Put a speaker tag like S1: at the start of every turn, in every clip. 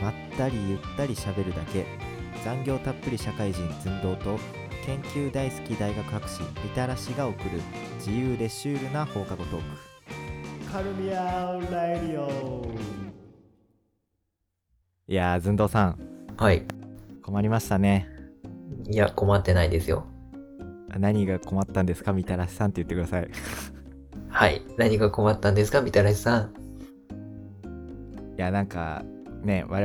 S1: まったりゆったりしゃべるだけ残業たっぷり社会人寸胴と研究大好き大学博士みたらしが送る自由でシュールな放課後トーク
S2: カルミアラディオ
S1: いやー寸胴さん
S3: はい。
S1: 困りましたね
S3: いや、困ってないですよ。
S1: 何が困ったんですかみたらしさんって言ってください
S3: はい。何が困ったんですかみたらしさん。
S1: いやなんかね我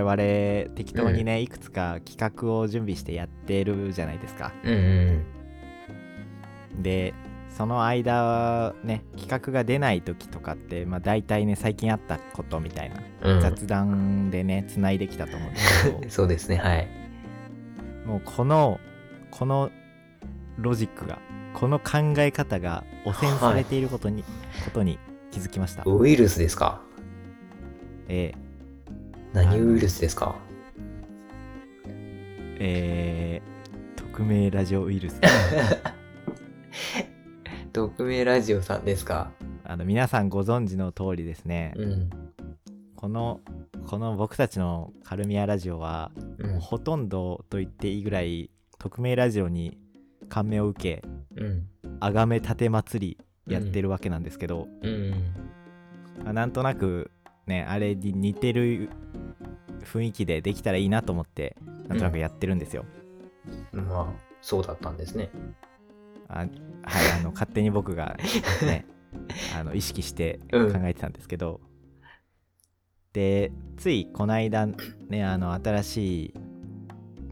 S1: 々適当にね、いくつか企画を準備してやってるじゃないですか
S3: うんうん
S1: でその間ね企画が出ない時とかってまあ大体ね最近あったことみたいな
S3: うん。うん。
S1: 雑談でねつないできたと思うんですけ ど
S3: そうですね。はい。
S1: もうこのこのロジックがこの考え方が汚染されていることに、ことに気づきました、
S3: ウイルスですか
S1: え
S3: 何ウイルスですか
S1: ーえー匿名ラジオウイル ス
S3: 匿名ラジオさんですか
S1: あの皆さんご存知の通りですね、
S3: うん。
S1: このこの僕たちのカルミアラジオは
S3: う。
S1: もうんほとんどと言っていいぐらい匿名ラジオに感銘を受け
S3: うん。
S1: あがめたて祭りやってるわけなんですけど、
S3: うん。
S1: まあなんとなくねあれに似てる雰囲気でできたらいいなと思ってなんとなくやってるんですよ。
S3: まあ、そうだったんですね。
S1: あはいあの勝手に僕がね あの意識して考
S3: うん
S1: えてたんですけど、でついこの間ねあの新しい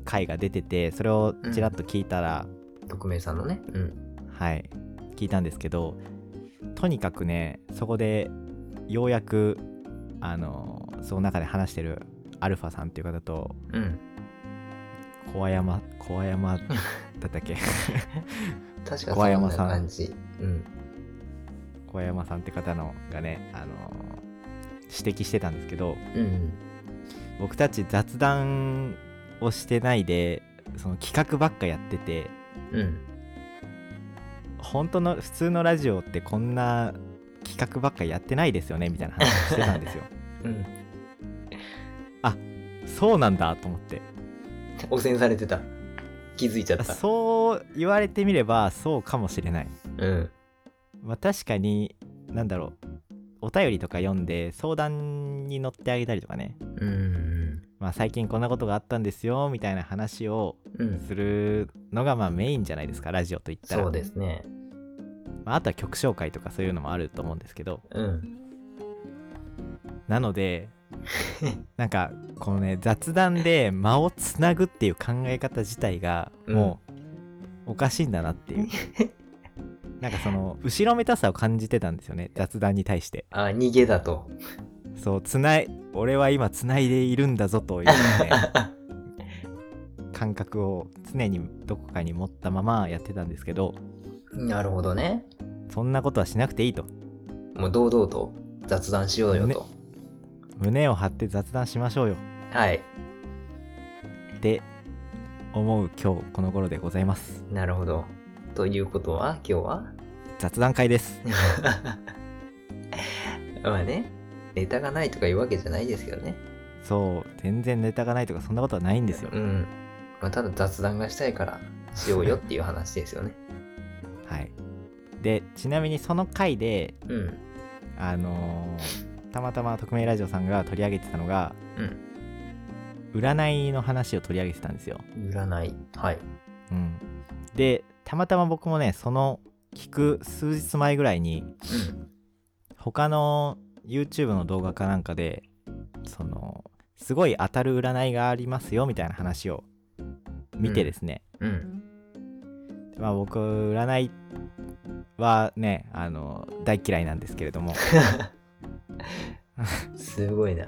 S1: 回が出ててそれをちらっと聞いたら、
S3: 匿名さんのね。うん。
S1: はい聞いたんですけどとにかくねそこでようやくあのその中で話してるアルファさんっていう方と
S3: うん。
S1: 小山小山だったっけ
S3: 確かそ
S1: 小
S3: ん
S1: 山
S3: な
S1: さん
S3: 感じ。うん。
S1: 小山さんって方のがねあの指摘してたんですけど
S3: うん。
S1: 僕たち雑談をしてないでその企画ばっかやってて
S3: うん。
S1: 本当の普通のラジオってこんな企画ばっかやってないですよねみたいな話をしてたんですよ
S3: うん。
S1: そうなんだと思って
S3: 汚染されてた。気づいちゃった。
S1: そう言われてみればそうかもしれない、
S3: うん。
S1: まあ、確かに何だろうお便りとか読んで相談に乗ってあげたりとかね、
S3: うん。
S1: まあ、最近こんなことがあったんですよみたいな話を
S3: うん。
S1: するのがまあメインじゃないですかラジオといったら
S3: そうですね。
S1: まあ、あとは曲紹介とかそういうのもあると思うんですけど
S3: うん。
S1: なのでなんかこのね雑談で間をつなぐっていう考え方自体がもうおかしいんだなっていう、なんかその後ろめたさを感じてたんですよね雑談に対して
S3: あ、逃げだと。
S1: そうつない俺は今つないでいるんだぞというね 感覚を常にどこかに持ったままやってたんですけど
S3: なるほどね。
S1: そんなことはしなくていいと
S3: もう堂々と雑談しようよと。
S1: 胸を張って雑談しましょうよ
S3: はい。
S1: って思う今日この頃でございます
S3: なるほど。ということは、今日は
S1: 雑談会です
S3: まあね、ネタがないとかいうわけじゃないですけどね。
S1: そう全然ネタがないとかそんなことはないんですよ
S3: うん。まあ、ただ雑談がしたいからしようよっていう話ですよね。
S1: はいでちなみにその回で
S3: うん。
S1: あのーたまたま匿名ラジオさんが取り上げてたのが、占いの話を取り上げてたんですよ、
S3: 占い。はい。
S1: うん、でたまたま僕もねその聞く数日前ぐらいに他の YouTube の動画かなんかでそのすごい当たる占いがありますよみたいな話を見てですね、
S3: うん。うん。
S1: まあ僕占いはねあの大嫌いなんですけれども
S3: すごいな。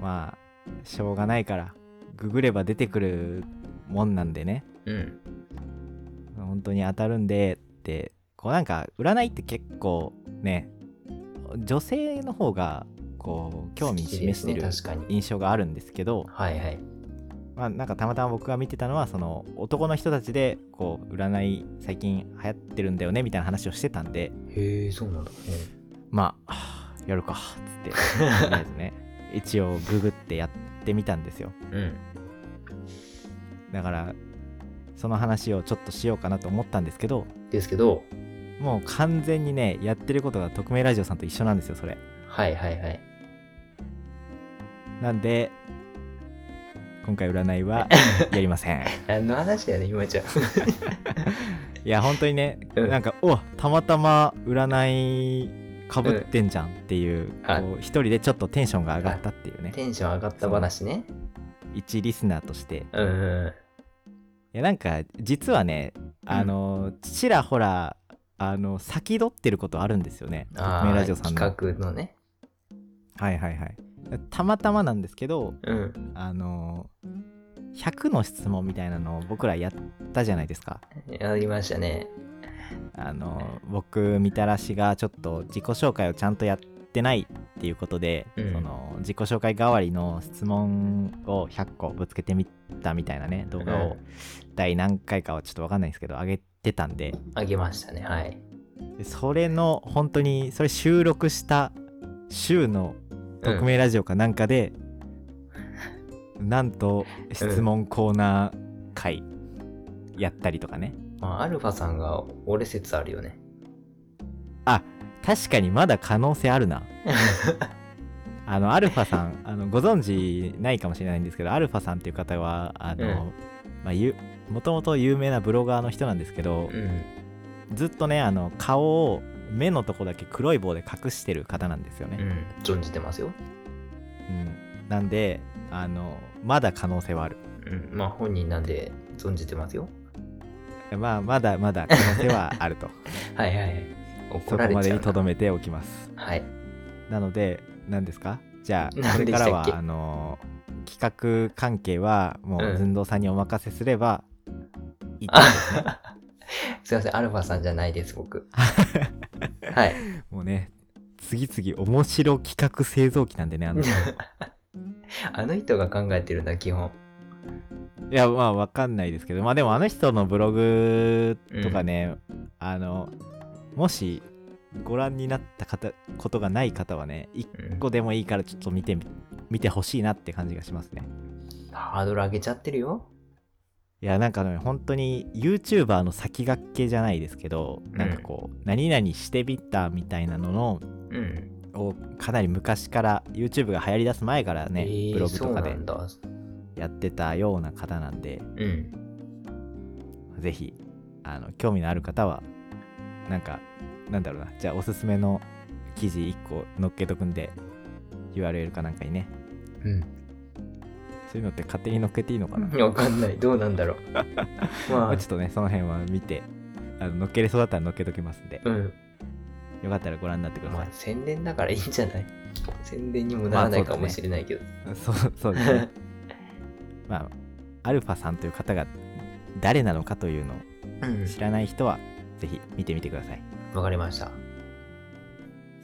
S1: まあしょうがないからググれば出てくるもんなんでね
S3: うん。
S1: 本当に当たるんでってこうなんか占いって結構ね女性の方がこう興味示して
S3: 好き
S1: る
S3: ですね確かに。
S1: 印象があるんですけど
S3: はいはい。
S1: まあなんかたまたま僕が見てたのはその男の人たちでこう占い最近流行ってるんだよねみたいな話をしてたんで
S3: へえ、そうなんだ。
S1: まあ、はあやるか、つって、とりあえずね、一応ググってやってみたんですよ
S3: うん。
S1: だからその話をちょっとしようかなと思ったんですけど
S3: ですけど、
S1: もう完全にねやってることが匿名ラジオさんと一緒なんですよそれ
S3: はいはいはい。
S1: なんで今回占い はやりません
S3: 何の話やね、今ちゃん。
S1: いや本当にね
S3: うん
S1: なんかおたまたま占いかぶってんじゃんっていう
S3: はい
S1: こう一人でちょっとテンションが上がったっていうね
S3: テンション上がった話ね。
S1: 一リスナーとして
S3: うんうん。
S1: いやなんか実はねあのちらほらあの先取ってることあるんですよね匿
S3: あ
S1: 名
S3: あ
S1: ラジオさんの
S3: 企画のね。
S1: はいはいはいたまたまなんですけど
S3: うん。
S1: あの100の質問みたいなのを僕らやったじゃないですか
S3: やりましたね。
S1: あの僕みたらしがちょっと自己紹介をちゃんとやってないっていうことで、
S3: うん
S1: その自己紹介代わりの質問を100個ぶつけてみたみたいなね動画
S3: う
S1: を第何回かはちょっと分かんないんですけど上げてたんで
S3: あげましたね。はい。
S1: でそれの本当にそれ収録した週の匿名ラジオかなんかで、なんと質問コーナー会やったりとかね、
S3: まあ、アルファさんが俺説あるよね。
S1: 確かにまだ可能性ある なあのアルファさんあのご存知ないかもしれないんですけどアルファさんっていう方はあの、
S3: うん
S1: まあゆもともと有名なブロガーの人なんですけど
S3: う、ん。
S1: ずっとねあの顔を目のとこだけ黒い棒で隠してる方なんですよね、
S3: うん。存じてますよ。
S1: うん、なんであのまだ可能性はある
S3: うん。まあ、本人なんで存じてますよ。
S1: まあまだまだ可能性はある と
S3: はいはいはい。
S1: そ
S3: 怒ら
S1: こ
S3: れ
S1: ま
S3: ち
S1: で
S3: ゃう
S1: にと
S3: な
S1: どめておきます
S3: はい。
S1: なので何ですかじゃあ
S3: 何
S1: これ
S3: で
S1: か
S3: したっ
S1: ら
S3: け
S1: はあの企画関係はも
S3: う
S1: うん寸胴さんにお任せすればいいと、
S3: あすいません、アルファさんじゃないです、 僕。はい。
S1: もうね次々面白企画製造機なんでねあのい
S3: あの人が考えてるんだ、基本。
S1: やまあわかんないですけどまあでもあの人のブログとかね、あのもしご覧になった方ことがない方はね一
S3: うん
S1: 個でもいいからちょっと見てみ見てほしいなって感じがしますね
S3: ハードル上げちゃってるよ。
S1: いやなんかね本当に YouTuber の先駆けじゃないですけど、
S3: ん
S1: なんかこう何々してみたみたいなのの
S3: うん。
S1: をかなり昔から YouTube が流行りだす前からね、
S3: えー
S1: ブログとか
S3: そうな
S1: で
S3: んだ。
S1: やってたような方なんで
S3: うん。
S1: ぜひあの興味のある方はなんかなんだろうなじゃあおすすめの記事1個載っけとくんで URL かなんかにね
S3: うん。
S1: そういうのって勝手に載っけていいのかな、
S3: わかんない。どうなんだろう。ま
S1: ま
S3: あ
S1: あ、ちょっとねその辺は見てあの載っけれそうだったら載っけときますんで
S3: うん。
S1: よかったらご覧になってくだ
S3: ま
S1: さ
S3: あ
S1: い、
S3: 宣伝だからいいんじゃない宣伝にもならない
S1: まあ
S3: か
S1: そうだね
S3: もしれないけど。
S1: そうそうですね まあアルファさんという方が誰なのかというのを
S3: うん。
S1: 知らない人はぜひ見てみてください
S3: わかりました。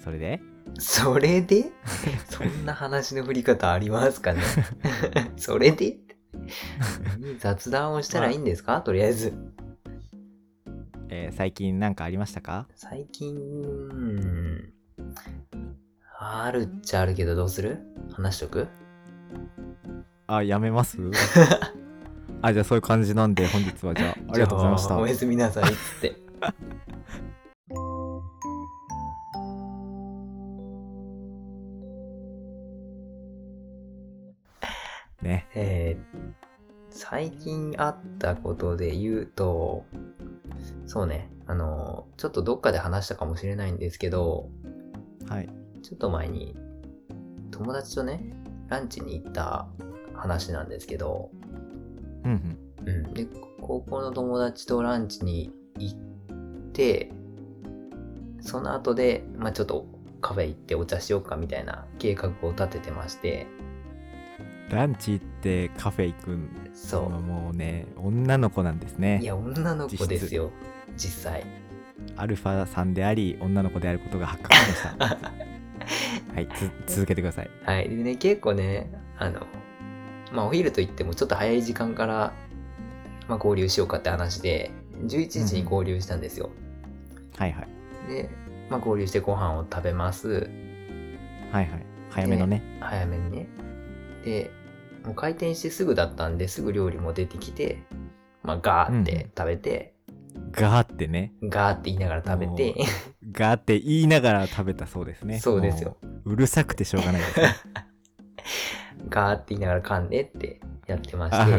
S1: それで
S3: それでそんな話の振り方あります かねそれで雑談をしたらいいんですか、とりあえず。
S1: えー最近何かありましたか
S3: 最近、うんあるっちゃあるけどどうする話しとく
S1: あやめます あじゃあそういう感じなんで本日は じゃあありがとうございまし
S3: じゃ
S1: た
S3: あおやすみなさいっつって。
S1: ね
S3: えー最近あったことで言うと、そうね、あの、ちょっとどっかで話したかもしれないんですけど、
S1: はい
S3: ちょっと前に友達とね、ランチに行った話なんですけど、
S1: うんうん
S3: うん、で高校の友達とランチに行ってその後で、まあ、ちょっとカフェ行ってお茶しようかみたいな計画を立ててまして
S1: ランチ行ってカフェ行くん
S3: そ
S1: もうね女の子なんです
S3: うい
S1: ね
S3: や女の子ですよ実際
S1: アルファさんであり女の子であることが発覚しました はいつ続けてください
S3: はいでね結構ねあのまあお昼といってもちょっと早い時間から、まあ、合流しようかって話で11時に合流したんですよ、
S1: はいはい
S3: で、まあ、合流してご飯を食べます
S1: はいはい早めのね
S3: 早めにねでもう開店してすぐだったんですぐ料理も出てきてまあガーって食べて、
S1: ガーってね
S3: ガーって言いながら食べて、
S1: ガーって言いながら食べたそうですね
S3: そうですよ
S1: もううるさくてしょうがない ですね
S3: ガーって言いながら噛んでってやってまし
S1: あ
S3: て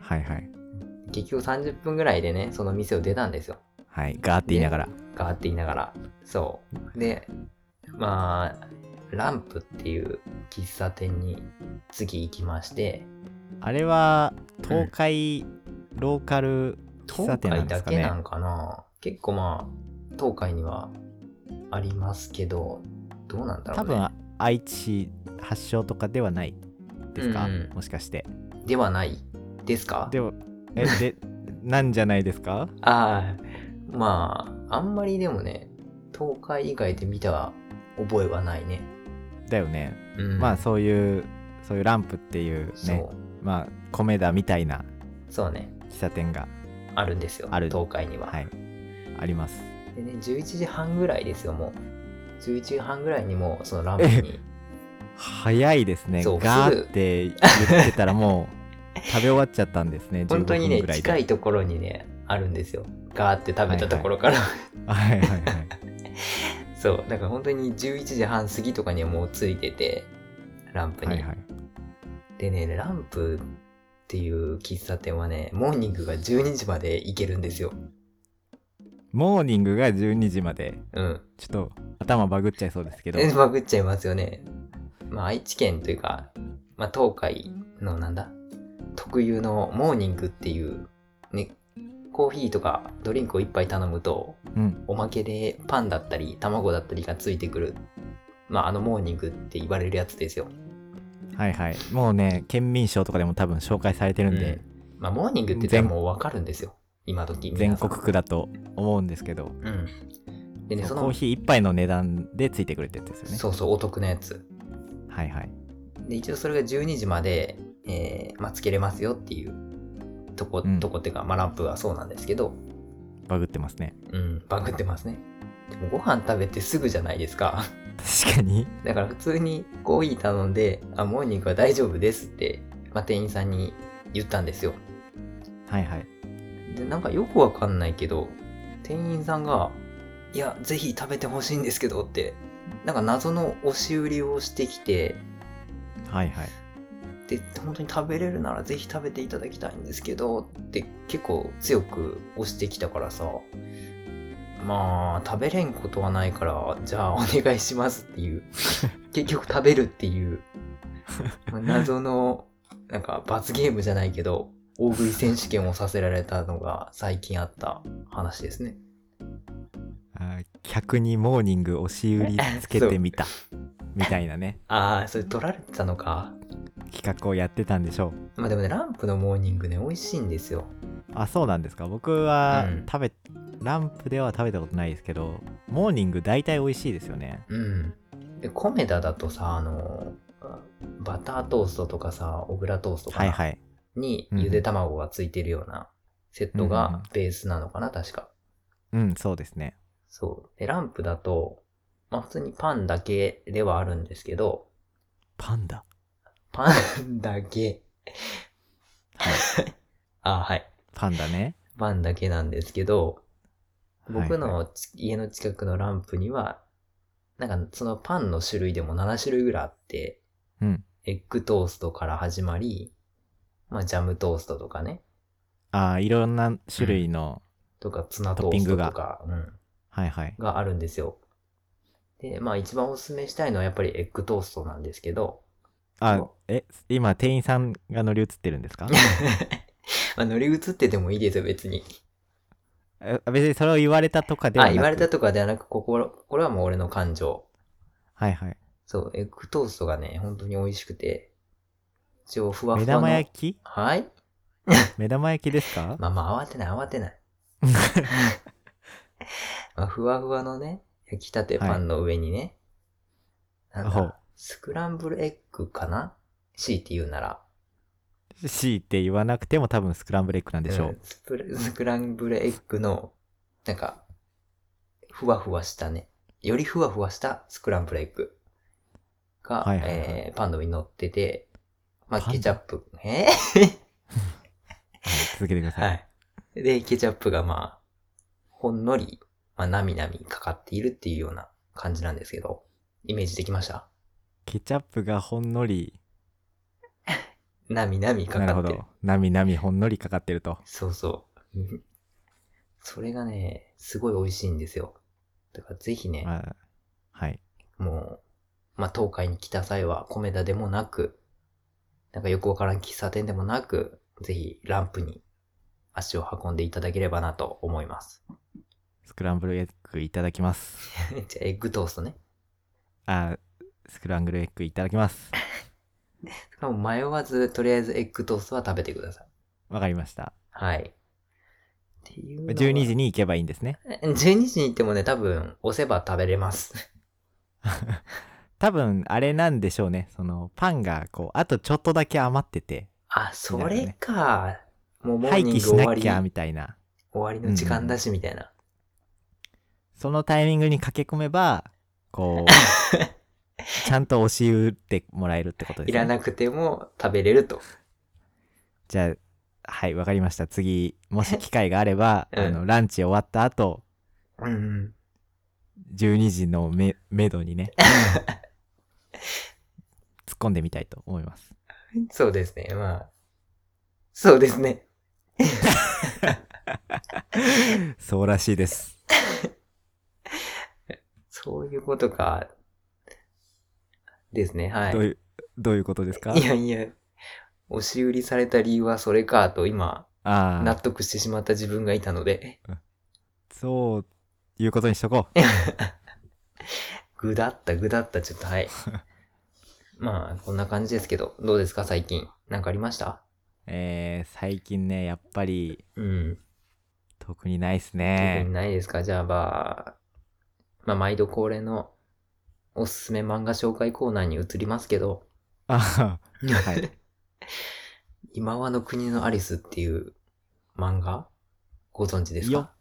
S1: はいはい
S3: 結局30分ぐらいでねその店を出たんですよ
S1: はいガーって言いながら、
S3: ガーって言いながらそうでまあランプっていう喫茶店に次行きまして
S1: あれは東海ローカル喫茶
S3: 東
S1: 店なん
S3: 海
S1: で
S3: だ
S1: すか
S3: け
S1: ね
S3: なんかな結構まあ東海にはありますけどどうなんだろ
S1: 多
S3: う、ね、
S1: 分愛知発祥とかではないですか、
S3: うんうん
S1: もしかして
S3: ではないですか
S1: でもえでなんじゃないですか
S3: ああまああんまりでもね東海以外で見た覚えはないね、
S1: だよね、
S3: うん、
S1: まあそういうそういうランプっていう
S3: そう、
S1: ねまあ米田みたいな
S3: そうね
S1: 喫茶店が
S3: あるんですよ
S1: ある
S3: 東海には、
S1: はいあります
S3: でね11時半ぐらいですよもう11時半ぐらいにもうそのランプに
S1: 早いですね
S3: そう
S1: ガ
S3: すぐ
S1: ーって言って たらもう食べ終わっちゃったんですね
S3: 本当に
S1: 15分
S3: ね
S1: ぐらいで
S3: 近いところにねあるんですよガーって食べたところから、
S1: はいはいはい
S3: そう、だから本当に11時半過ぎとかにはもうついてて、ランプに。
S1: はいはい
S3: でね、ランプっていう喫茶店はね、モーニングが12時まで行けるんですよ。
S1: モーニングが12時まで
S3: うん。
S1: ちょっと頭バグっちゃいそうですけど
S3: え、バグっちゃいますよね。まあ、愛知県というか、まあ、東海のなんだ、特有のモーニングっていう、ね、コーヒーとかドリンクを一杯頼むと、
S1: うん
S3: おまけでパンだったり、卵だったりがついてくる。まあ、あのモーニングって言われるやつですよ。
S1: はいはいもうね県民賞とかでも多分紹介されてるんで、
S3: うんまあ、モーニングって言ったらもうわかるんですよ。今時
S1: 全
S3: 皆さん
S1: 国区だと思うんですけど、
S3: うん。でね、そ
S1: コー
S3: の、
S1: ヒー1杯の値段でついてくるってやつですよね
S3: そうそう、お得なやつ。
S1: はいはい
S3: で、一応それが12時まで、えー、まあ、つけれますよっていうとこ、
S1: うん
S3: とこっていうか、まあ、ランプはそうなんですけど、
S1: バグってますね
S3: うん、バグってますね。でもご飯食べてすぐじゃないですか。
S1: 確かに
S3: だから普通にコーヒー頼んで、あ、モーニングは大丈夫ですって、まあ、店員さんに言ったんですよ。
S1: はいはい
S3: でなんかよくわかんないけど店員さんが「いやぜひ食べてほしいんですけど」ってなんか謎の押し売りをしてきて
S1: はいはい
S3: で本当に食べれるならぜひ食べていただきたいんですけどって結構強く押してきたからさまあ食べれんことはないからじゃあお願いしますっていう結局食べるっていう謎のなんか罰ゲームじゃないけど大食い選手権をさせられたのが最近あった話ですね
S1: あー客にモーニング押し売りつけてみたみたいなね
S3: ああそれ取られてたのか
S1: 企画をやってたんでしょう
S3: まあでもねランプのモーニングね美味しいんですよ
S1: あそうなんですか僕は
S3: うん
S1: 食べ、ランプでは食べたことないですけどモーニング大体美味しいですよね
S3: うん。で、コメダだとさ、あの、バタートーストとかさ、小倉トーストか
S1: はい
S3: な
S1: はい
S3: に
S1: うん
S3: ゆで卵がついてるようなセット
S1: うんうん
S3: がベースなのかな、確か。
S1: うんそうですね
S3: そう。で、ランプだと、まあ普通にパンだけではあるんですけど、
S1: パンダ
S3: パンだけ。
S1: はい
S3: あ、はい。
S1: パンダね
S3: パンだけなんですけど、僕
S1: はい
S3: のち家の近くのランプには、なんかそのパンの種類でも7種類ぐらいあって、
S1: うん
S3: エッグトーストから始まり、まあ、ジャムトーストとかね、
S1: あーいろんな種類の、
S3: とかツナトーストとか、うん、
S1: はいはい
S3: があるんですよ。で、まあ一番おすすめしたいのはやっぱりエッグトーストなんです けど、
S1: あ
S3: そ、
S1: え、今、店員さんが乗り移ってるん ですか
S3: まあ乗り移っててもいいですよ、別に。
S1: え別にそれを言われたとかでは
S3: あ、
S1: なく
S3: 言われたとかではなく、ここ、これはもう俺の感情。
S1: はいはい。
S3: そう、エッグトーストがね、本当に美味しくて、一応ふわふ
S1: 目
S3: わの。
S1: 玉焼き
S3: はい
S1: 目玉焼きですか
S3: まあまあ、慌てない、慌 てない。まあ、ふわふわのね、焼きたてパンの上にね、なん
S1: ほう
S3: だ、スクランブルエッグかな強いて言うなら。
S1: ?C って言わなくても多分スクランブルエッグなんでしょ
S3: う。
S1: うん
S3: スプレスクランブルエッグの、なんか、ふわふわしたね。よりふわふわしたスクランブルエッグ。が、
S1: はいはいはい
S3: えーパンの上に乗ってて、まあ、
S1: パンダ
S3: ケチャップ、え
S1: はい、続けてください。
S3: はい。で、ケチャップがまあ、ほんのり、まあ、なみなみかかっているっていうような感じなんですけど、イメージできました
S1: ケチャップがほんのり、
S3: なみなみか
S1: なる
S3: か
S1: ほ
S3: ってる
S1: ど。。なみなみほんのりかかってると。
S3: そうそう。うんそれがね、すごい美味しいんですよ。だからぜひね、
S1: まあ、はい。
S3: もう、まあ、東海に来た際は、米田でもなく、なんかよくわからん喫茶店でもなく、ぜひ、ランプに足を運んでいただければなと思います。
S1: スクランブルエッグいただきます。
S3: じゃあ、エッグトーストね。
S1: あ、スクランブルエッグいただきます。
S3: もう迷わず、とりあえずエッグトーストは食べてください。
S1: わかりました。
S3: はい。っていうのは。
S1: 12時に行けばいいんですね。
S3: 12時に行ってもね、多分、押せば食べれます。
S1: 多分、あれなんでしょうね。その、パンが、こう、あとちょっとだけ余ってて、
S3: あ、それか。もうモー
S1: 廃
S3: ニ
S1: 棄
S3: ング
S1: し
S3: 終わ
S1: な
S3: り、
S1: きゃ、
S3: 終
S1: みたいな。
S3: わりの時間だし、みたいな。
S1: そのタイミングに駆け込めば、こう、 ちゃんと押し売ってもらえるってことですね。
S3: いらなくても食べれると。
S1: じゃあ、はい、わかりました。次、もし機会があれば、
S3: うん
S1: あの、ランチ終わった後、
S3: うんうん。
S1: 12時のめ、めどにね、 突っ込んでみたいと思います。
S3: そうですね、まあ。そうですね。
S1: そうらしいです。
S3: そういうことか。ですね、はい。
S1: どういう、どういうことですか
S3: いやいや、押し売りされた理由はそれかと今、
S1: あ
S3: 納
S1: あ、
S3: 得してしまった自分がいたので、
S1: そういうことにしとこう。
S3: ぐだったぐだった、ちょっ とはい。まあ、こんな感じですけど、どうですか、最近。なんかありました
S1: えー、最近ね、やっぱり、
S3: うん。
S1: 特にないっす
S3: 特に
S1: ね。
S3: ないですか、じゃあ、まあ、まあ、毎度恒例のおすすめ漫画紹介コーナーに移りますけど、
S1: あはい。
S3: 今和の国のアリスっていう漫画ご存知です
S1: よ
S3: か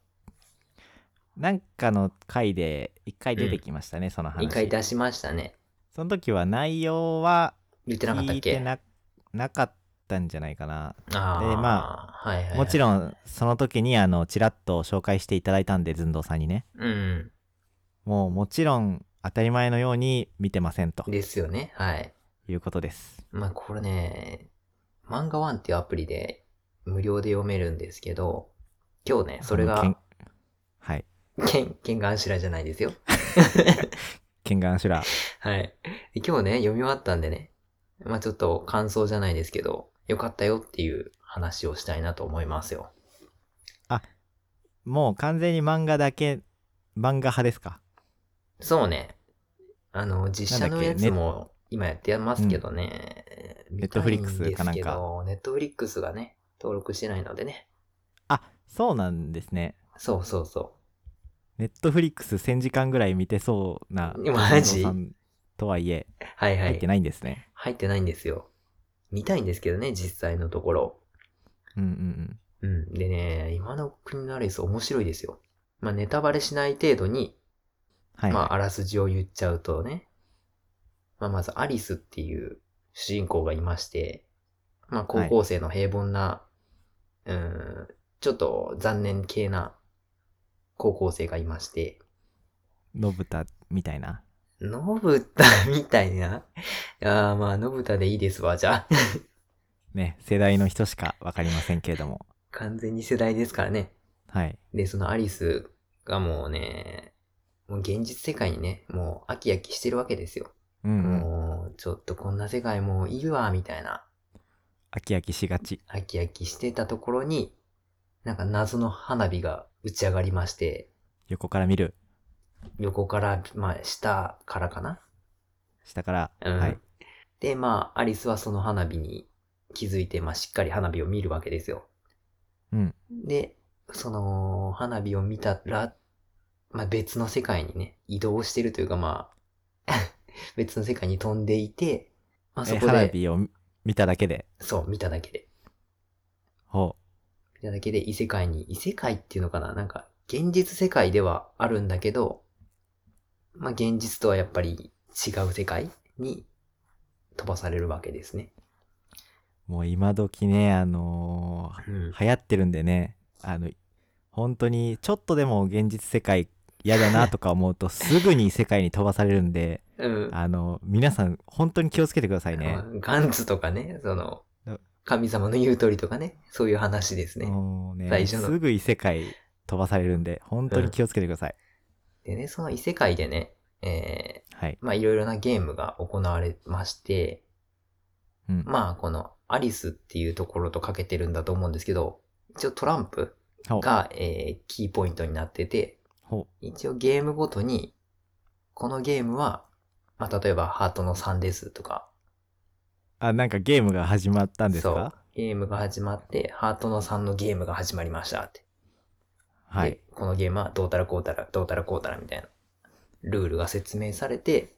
S1: なんかの回で、一回出てきましたね、その話。
S3: 一回出しましたね。
S1: その時は内容は、
S3: 言ってなかったっ
S1: 聞いて
S3: け
S1: ななかったんじゃないかな、
S3: あー
S1: でま
S3: はいはいはい、
S1: もちろんその時にあのちらっと紹介していただいたんで寸胴さんにね
S3: うん。
S1: もうもちろん当たり前のように見てませんと
S3: ですよね。はい。
S1: いうことです
S3: まあこれね、漫画ワンっていうアプリで無料で読めるんですけど、今日ね、それ
S1: あの
S3: が
S1: けん、はい
S3: けん、けんがんしらじゃないですよ。
S1: ケンガンシュラ
S3: はい。で今日ね、読み終わったんでね、まあちょっと感想じゃないですけど、よかったよっていう話をしたいなと思いますよ。
S1: もう完全に漫画だけ漫画派ですか
S3: そうね。あの、実写のやつも今やってますけどね。
S1: ネットフリックスかなんか
S3: 見たいですけど。ネットフリックスがね、登録してないのでね。
S1: あそうなんですね
S3: そうそうそ
S1: ネットフリックス1000時間ぐらい見てそうな
S3: マ
S1: 寸胴
S3: ジ
S1: さんとはいえ
S3: う。はいはい。
S1: 入って
S3: い。
S1: ないんですね、
S3: 入ってないんですよ。見たいんですけどね、実際のところ。
S1: うんうんうん
S3: うん。でね、今の国のアリス面白いですよ。まあ、ネタバレしない程度に、
S1: はい、
S3: まあ、あらすじを言っちゃうとね。まあ、まず、アリスっていう主人公がいまして、まあ、高校生の平凡な、うーん、ちょっと残念系な高校生がいまして、
S1: のぶたみたいな
S3: のぶたみたいな。 ああ、まあ、のぶたでいいですわ、じゃあ。
S1: ね世代の人しか分かりませんけれども
S3: 完全に世代ですからね。
S1: はい
S3: で、そのアリスがもうね、もう現実世界にね、もう飽き飽きしてるわけですよ。
S1: うん、うん、
S3: もう、ちょっとこんな世界もういいわ、みたいな。
S1: 飽き飽きしがち
S3: 飽き飽きしてたところに、なんか謎の花火が打ち上がりまして、
S1: 横から見る
S3: 横から、まあ、下からかな、
S1: 下から、
S3: うん、
S1: はい
S3: で、まあ、アリスはその花火に気づいて、まあ、しっかり花火を見るわけですよ。
S1: うん
S3: で、その、花火を見たら、まあ、別の世界にね、移動してるというか、まあ、 別の世界に飛んでいて、まあ、そ
S1: え
S3: こ
S1: 花
S3: で、
S1: 火を見ただけで
S3: そう、見ただけで。
S1: ほ
S3: いただけで異世界に、異世界っていうのかななんか、現実世界ではあるんだけど、まあ、現実とはやっぱり違う世界に飛ばされるわけですね。
S1: もう今時ね、あの
S3: うん
S1: ー流行ってるんでね、あの、本当にちょっとでも現実世界嫌だなとか思うとすぐに世界に飛ばされるんで、
S3: うん。
S1: あの、皆さん本当に気をつけてくださいね。
S3: ガンツとかね、その
S1: うん、
S3: 神様の言う通りとかね、そういう話ですね。
S1: もう
S3: 大
S1: ね、
S3: 事なの
S1: すぐ異世界飛ばされるんで、本当に気をつけてください。
S3: でね、その異世界でね、え
S1: はい。
S3: ー、まあいろいろなゲームが行われまして、
S1: うん。
S3: まあこのアリスっていうところとかけてるんだと思うんですけど、一応トランプ
S1: ほう
S3: が、えーキーポイントになってて、
S1: ほ
S3: 一応ゲームごとに、このゲームは、まあ例えばハートの3ですとか、
S1: あ、なんかゲームが始まったんです
S3: そう
S1: か。
S3: ゲームが始まって、ハートの3のゲームが始まりましたって。
S1: は
S3: で
S1: い。
S3: このゲームはどうたらこうたら、どうたらこうたらみたいな、ルールが説明されて、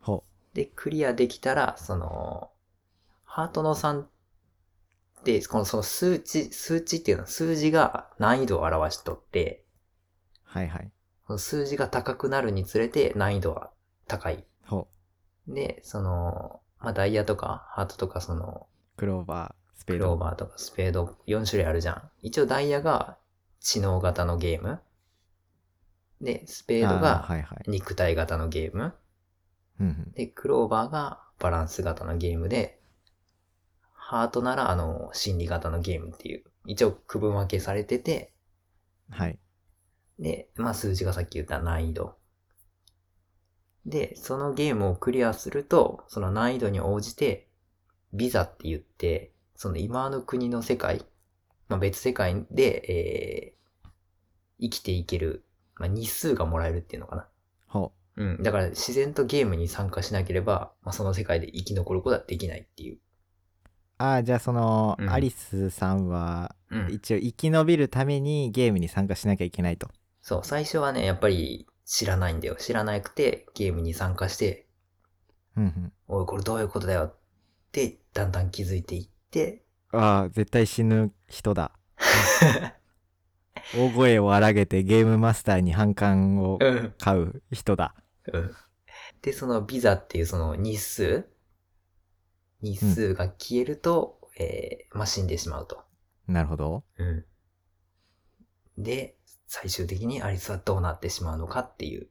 S1: ほ
S3: で、クリアできたら、その、ハートの3って、このその数値、数値っていうのは数字が難易度を表しとって、
S1: う。はいはい。
S3: その数字が高くなるにつれて難易度は高い。
S1: ほう。
S3: で、その、まあ、ダイヤとか、ハートとか、その、
S1: クローバー、スペー
S3: クロ
S1: ド。
S3: ーバーとかスペード4種類あるじゃん。一応ダイヤが知能型のゲーム。で、スペード
S1: あー
S3: が
S1: はいはい。
S3: 肉体型のゲーム。
S1: うんうん。
S3: で、クローバーがバランス型のゲームで、ハートならあの、心理型のゲームっていう、一応区分分けされてて、
S1: はい。
S3: で、まあ数字がさっき言った難易度。で、そのゲームをクリアすると、その難易度に応じて、ビザって言って、その今の国の世界、まあ別世界で、えー生きていける、まあ日数がもらえるっていうのかな。
S1: ほ
S3: うん。だから自然とゲームに参加しなければ、まあ、その世界で生き残ることはできないっていう。
S1: う。ああ、じゃあその、
S3: うん
S1: アリスさんは、
S3: うん。
S1: 一応生き延びるためにゲームに参加しなきゃいけないと。
S3: そう、最初はね、やっぱり知らないんだよ。知らなくて、ゲームに参加して、
S1: うんうん。
S3: おい、これどういうことだよって、だんだん気づいていって、
S1: ああ、絶対死ぬ人 だ。大声を荒げてゲームマスターに反感を
S3: うん。
S1: 買う人だ。
S3: うん。で、そのビザっていうその日数日数が消えると、えー、まあ、死んでしまうと。
S1: なるほど。
S3: うん。で、最終的にアリスはどうなってしまうのかっていう。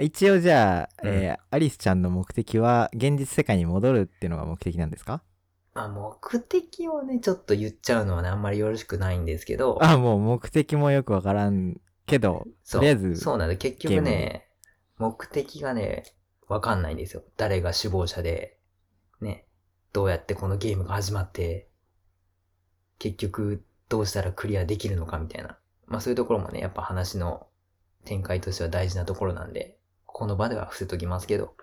S1: 一応じゃあ、
S3: うん
S1: えーアリスちゃんの目的は現実世界に戻るっていうのが目的なんですか
S3: まあ、目的をね、ちょっと言っちゃうのはね、あんまりよろしくないんですけど、
S1: あもう目的もよくわからんけど
S3: そ
S1: と
S3: う
S1: りあえず
S3: そうなんで、結
S1: ゲ
S3: 局
S1: ーム
S3: ね、目的がね、わかんないんですよ。誰が首謀者で、ね、どうやってこのゲームが始まって、結局どうしたらクリアできるのかみたいな。まあそういうところもね、やっぱ話の展開としては大事なところなんで、この場では伏せときますけど、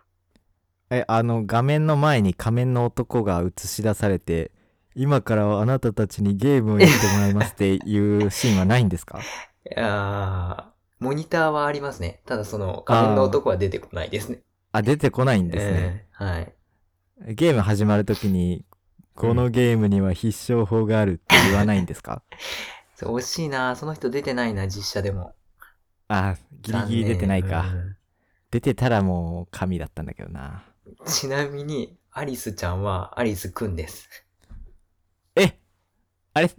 S1: えあの画面の前に仮面の男が映し出されて今からはあなたたちにゲームをやってもらいますっていうシーンはないんです か
S3: いやーモニターはありますね。ただその画面の男は出てこないですね。
S1: あ出てこないんですね、
S3: えーはい。
S1: ゲーム始まるときにこのゲームには必勝法があるって言わないんですか
S3: そう惜しいなその人出てないな、実写でも。
S1: あギリギリ出てないか、
S3: 残念
S1: 出てたらもう神だったんだけどな
S3: うんちなみに、アリスちゃんはアリスくんです。
S1: えあれ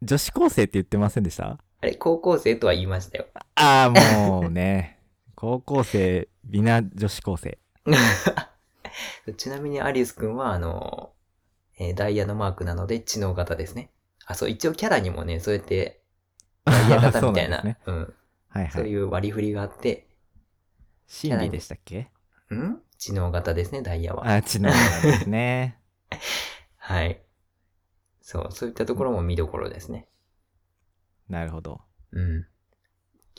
S1: 女子高生って言ってませんでした
S3: あれ、高校生とは言いましたよ。
S1: ああもうね 高校生美な女子高生
S3: ちなみにアリスくんは、あの、えーダイヤのマークなので知能型ですね。あ、そう、一応キャラにもね、そうやって、ダイヤ 型
S1: そう
S3: みたいな、
S1: んですね
S3: うん。
S1: はいは
S3: そう
S1: い
S3: いう割り振りがあって、
S1: 心理でしたっけ
S3: ん知能型ですね、ダイヤは。
S1: あ知能なんですね
S3: はい。そう、そういったところも見どころですね。
S1: なるほど
S3: うん。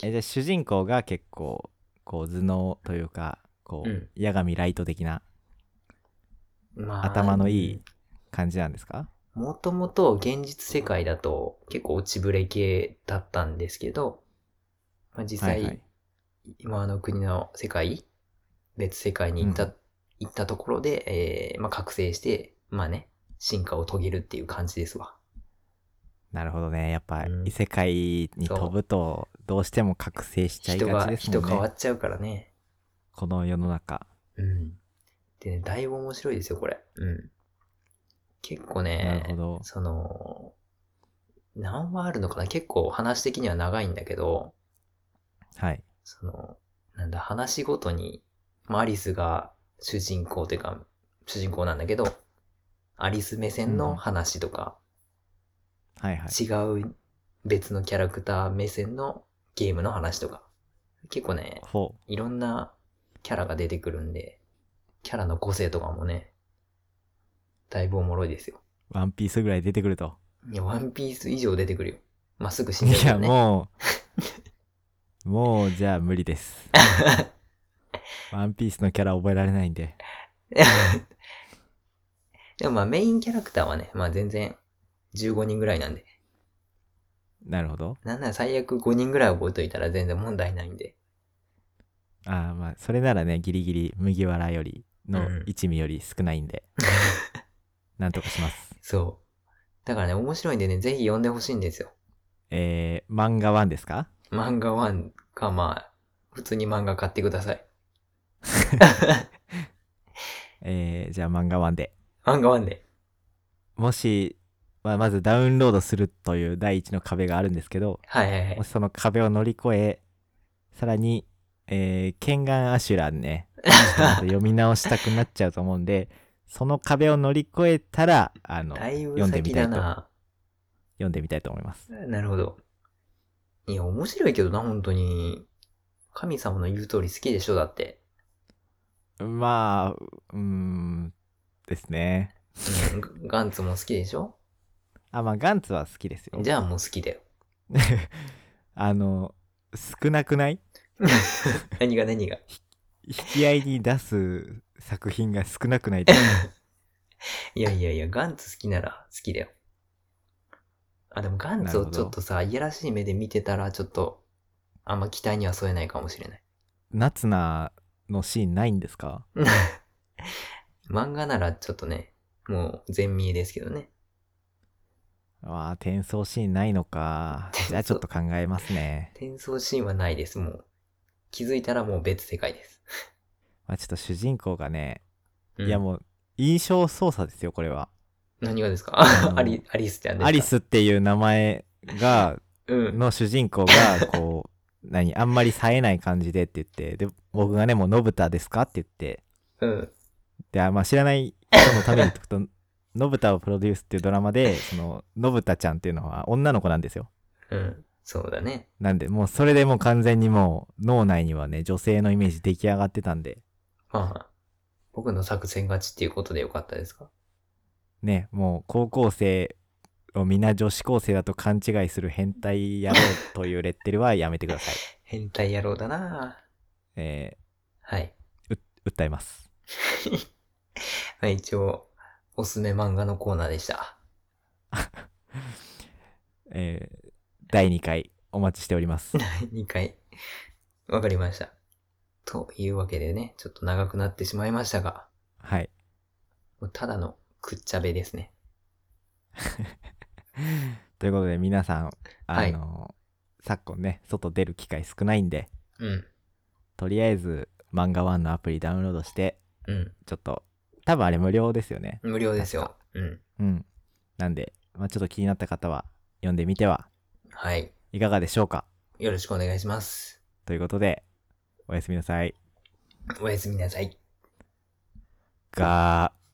S1: えじゃあ主人公が結構こう頭脳というかこう、
S3: うん
S1: 矢神ライト的な
S3: ま
S1: 頭のいい感じなんですか
S3: もともと現実世界だと結構落ちぶれ系だったんですけど、まあ、実際、
S1: はいはい
S3: 今あの国の世界、別世界に行った、
S1: うん
S3: 行ったところで、えーまあ、覚醒して、まあね、進化を遂げるっていう感じですわ。
S1: なるほどねやっぱ
S3: うん
S1: 異世界に飛ぶとどうしても覚醒しちゃい
S3: 人
S1: が
S3: が、
S1: ちです
S3: 人
S1: もん
S3: 変わ
S1: ね
S3: っちゃうからね。
S1: この世の中
S3: うん。でね、だいぶ面白いですよ、これ。うん。結構
S1: な
S3: ね
S1: る、ほど。
S3: その、何話あるのかな結構話的には長いんだけど、
S1: はい。
S3: その、なんだ、話ごとに、まあ、アリスが主人公というか、主人公なんだけど、アリス目線の話とか、
S1: はいはい。
S3: 違う別のキャラクター目線のゲームの話とか、結構ね、
S1: ほう。
S3: いろんなキャラが出てくるんで、キャラの個性とかもね、だいぶおもろいですよ。
S1: ワンピースぐらい出てくると。
S3: いや、ワンピース以上出てくるよ。まっすぐ死んでる
S1: い
S3: けど
S1: や、
S3: ね。
S1: もう、 もう、じゃあ無理 です。ワンピースのキャラ覚えられないんで。
S3: でもまあメインキャラクターはね、まあ全然15人ぐらいなんで、
S1: なるほど。
S3: なんなら最悪5人ぐらい覚えといたら全然問題ないんで。
S1: ああ、まあ、それならね、ギリギリ麦わらよりの
S3: うん
S1: 一味より少ないん で、なんとかします。
S3: そう。だからね、面白いんでね、ぜひ読んでほしいんですよ。
S1: えー、漫画1ですか
S3: 漫画1かまあ、普通に漫画買ってください。
S1: えー、じゃあ漫画1で。
S3: 漫画1で。
S1: もし、まあ、まずダウンロードするという第一の壁があるんですけど、
S3: はいはいはい
S1: も。しその壁を乗り越え、さらに、えー、ケンガンアシュラン ね、ちょっと読み直したくなっちゃうと思うんで、その壁を乗り越えたら、あの、
S3: だいぶ
S1: 読んで
S3: 先
S1: みたい
S3: だ
S1: と
S3: な。
S1: 読んでみたいと思います。
S3: なるほど。いや、面白いけどな、本当に。神様の言う通り好きでしょ、だって。
S1: まあ、うーん、ですね。
S3: うんガガンツも好きで しょ
S1: あ、まあ、ガンツは好きですよ。
S3: じゃあもう好きだよ。
S1: あの、少なくない
S3: 何が何が。
S1: 引き合いに出す作品が少なく ないですか
S3: いやいやいや、ガンツ好きなら好きだよ。あ、でもガンツ
S1: なる
S3: を
S1: ほど
S3: ちょっとさ、いやらしい目で見てたら、ちょっと、あんま期待には添えないかもし れない。
S1: ナツナのシーンないんですか
S3: 漫画ならちょっとね、もう全見えですけどね。
S1: わあ、転送シーンないのか。じゃあちょっと考えますね。
S3: 転送シーンはないです、もう。気づいたらもう別世界です。
S1: まあちょっと主人公がね、
S3: うん
S1: いやもう印象操作ですよ、これは。
S3: 何がですか
S1: あの
S3: アリアリスちゃんですか
S1: アリスっていう名前が、
S3: うん。
S1: の主人公が、こう、 何、あんまり冴えない感じでって言って、で、僕がね、もうノブタですかって言って、
S3: うん。
S1: で、あまあ知らない人のために言っとくと、 ノブタをプロデュースっていうドラマで、その、ノブタちゃんっていうのは女の子なんですよ。
S3: うん。そうだね。
S1: なんで、もうそれでもう完全にもう脳内にはね、女性のイメージ出来上がってたんで、
S3: まあ、僕の作戦勝ちっていうことでよかったですか
S1: ね、もう高校生を皆女子高生だと勘違いする変態野郎というレッテルはやめてください。
S3: 変態野郎だなぁ
S1: え
S3: はい。
S1: ー訴えます。
S3: はい、一応、おすすめ漫画のコーナーでした。
S1: えー第2回お待ちしており ます。
S3: 2回。わかりました。というわけでね、ちょっと長くなってしまいましたが、
S1: はい。
S3: もうただのくっちゃべですね。
S1: ということで皆さん、
S3: は
S1: あ
S3: い
S1: の昨今ね、外出る機会少ないんで、
S3: うん。
S1: とりあえず漫画ワンのアプリダウンロードして、
S3: うん。
S1: ちょっと、多分あれ無料ですよね。
S3: 無料ですよ。うん。
S1: うん。なんで、まあ、ちょっと気になった方は読んでみては
S3: はい。
S1: いかがでしょうか
S3: よろしくお願いします。
S1: ということで、おやすみなさい。
S3: おやすみなさい。
S1: がー。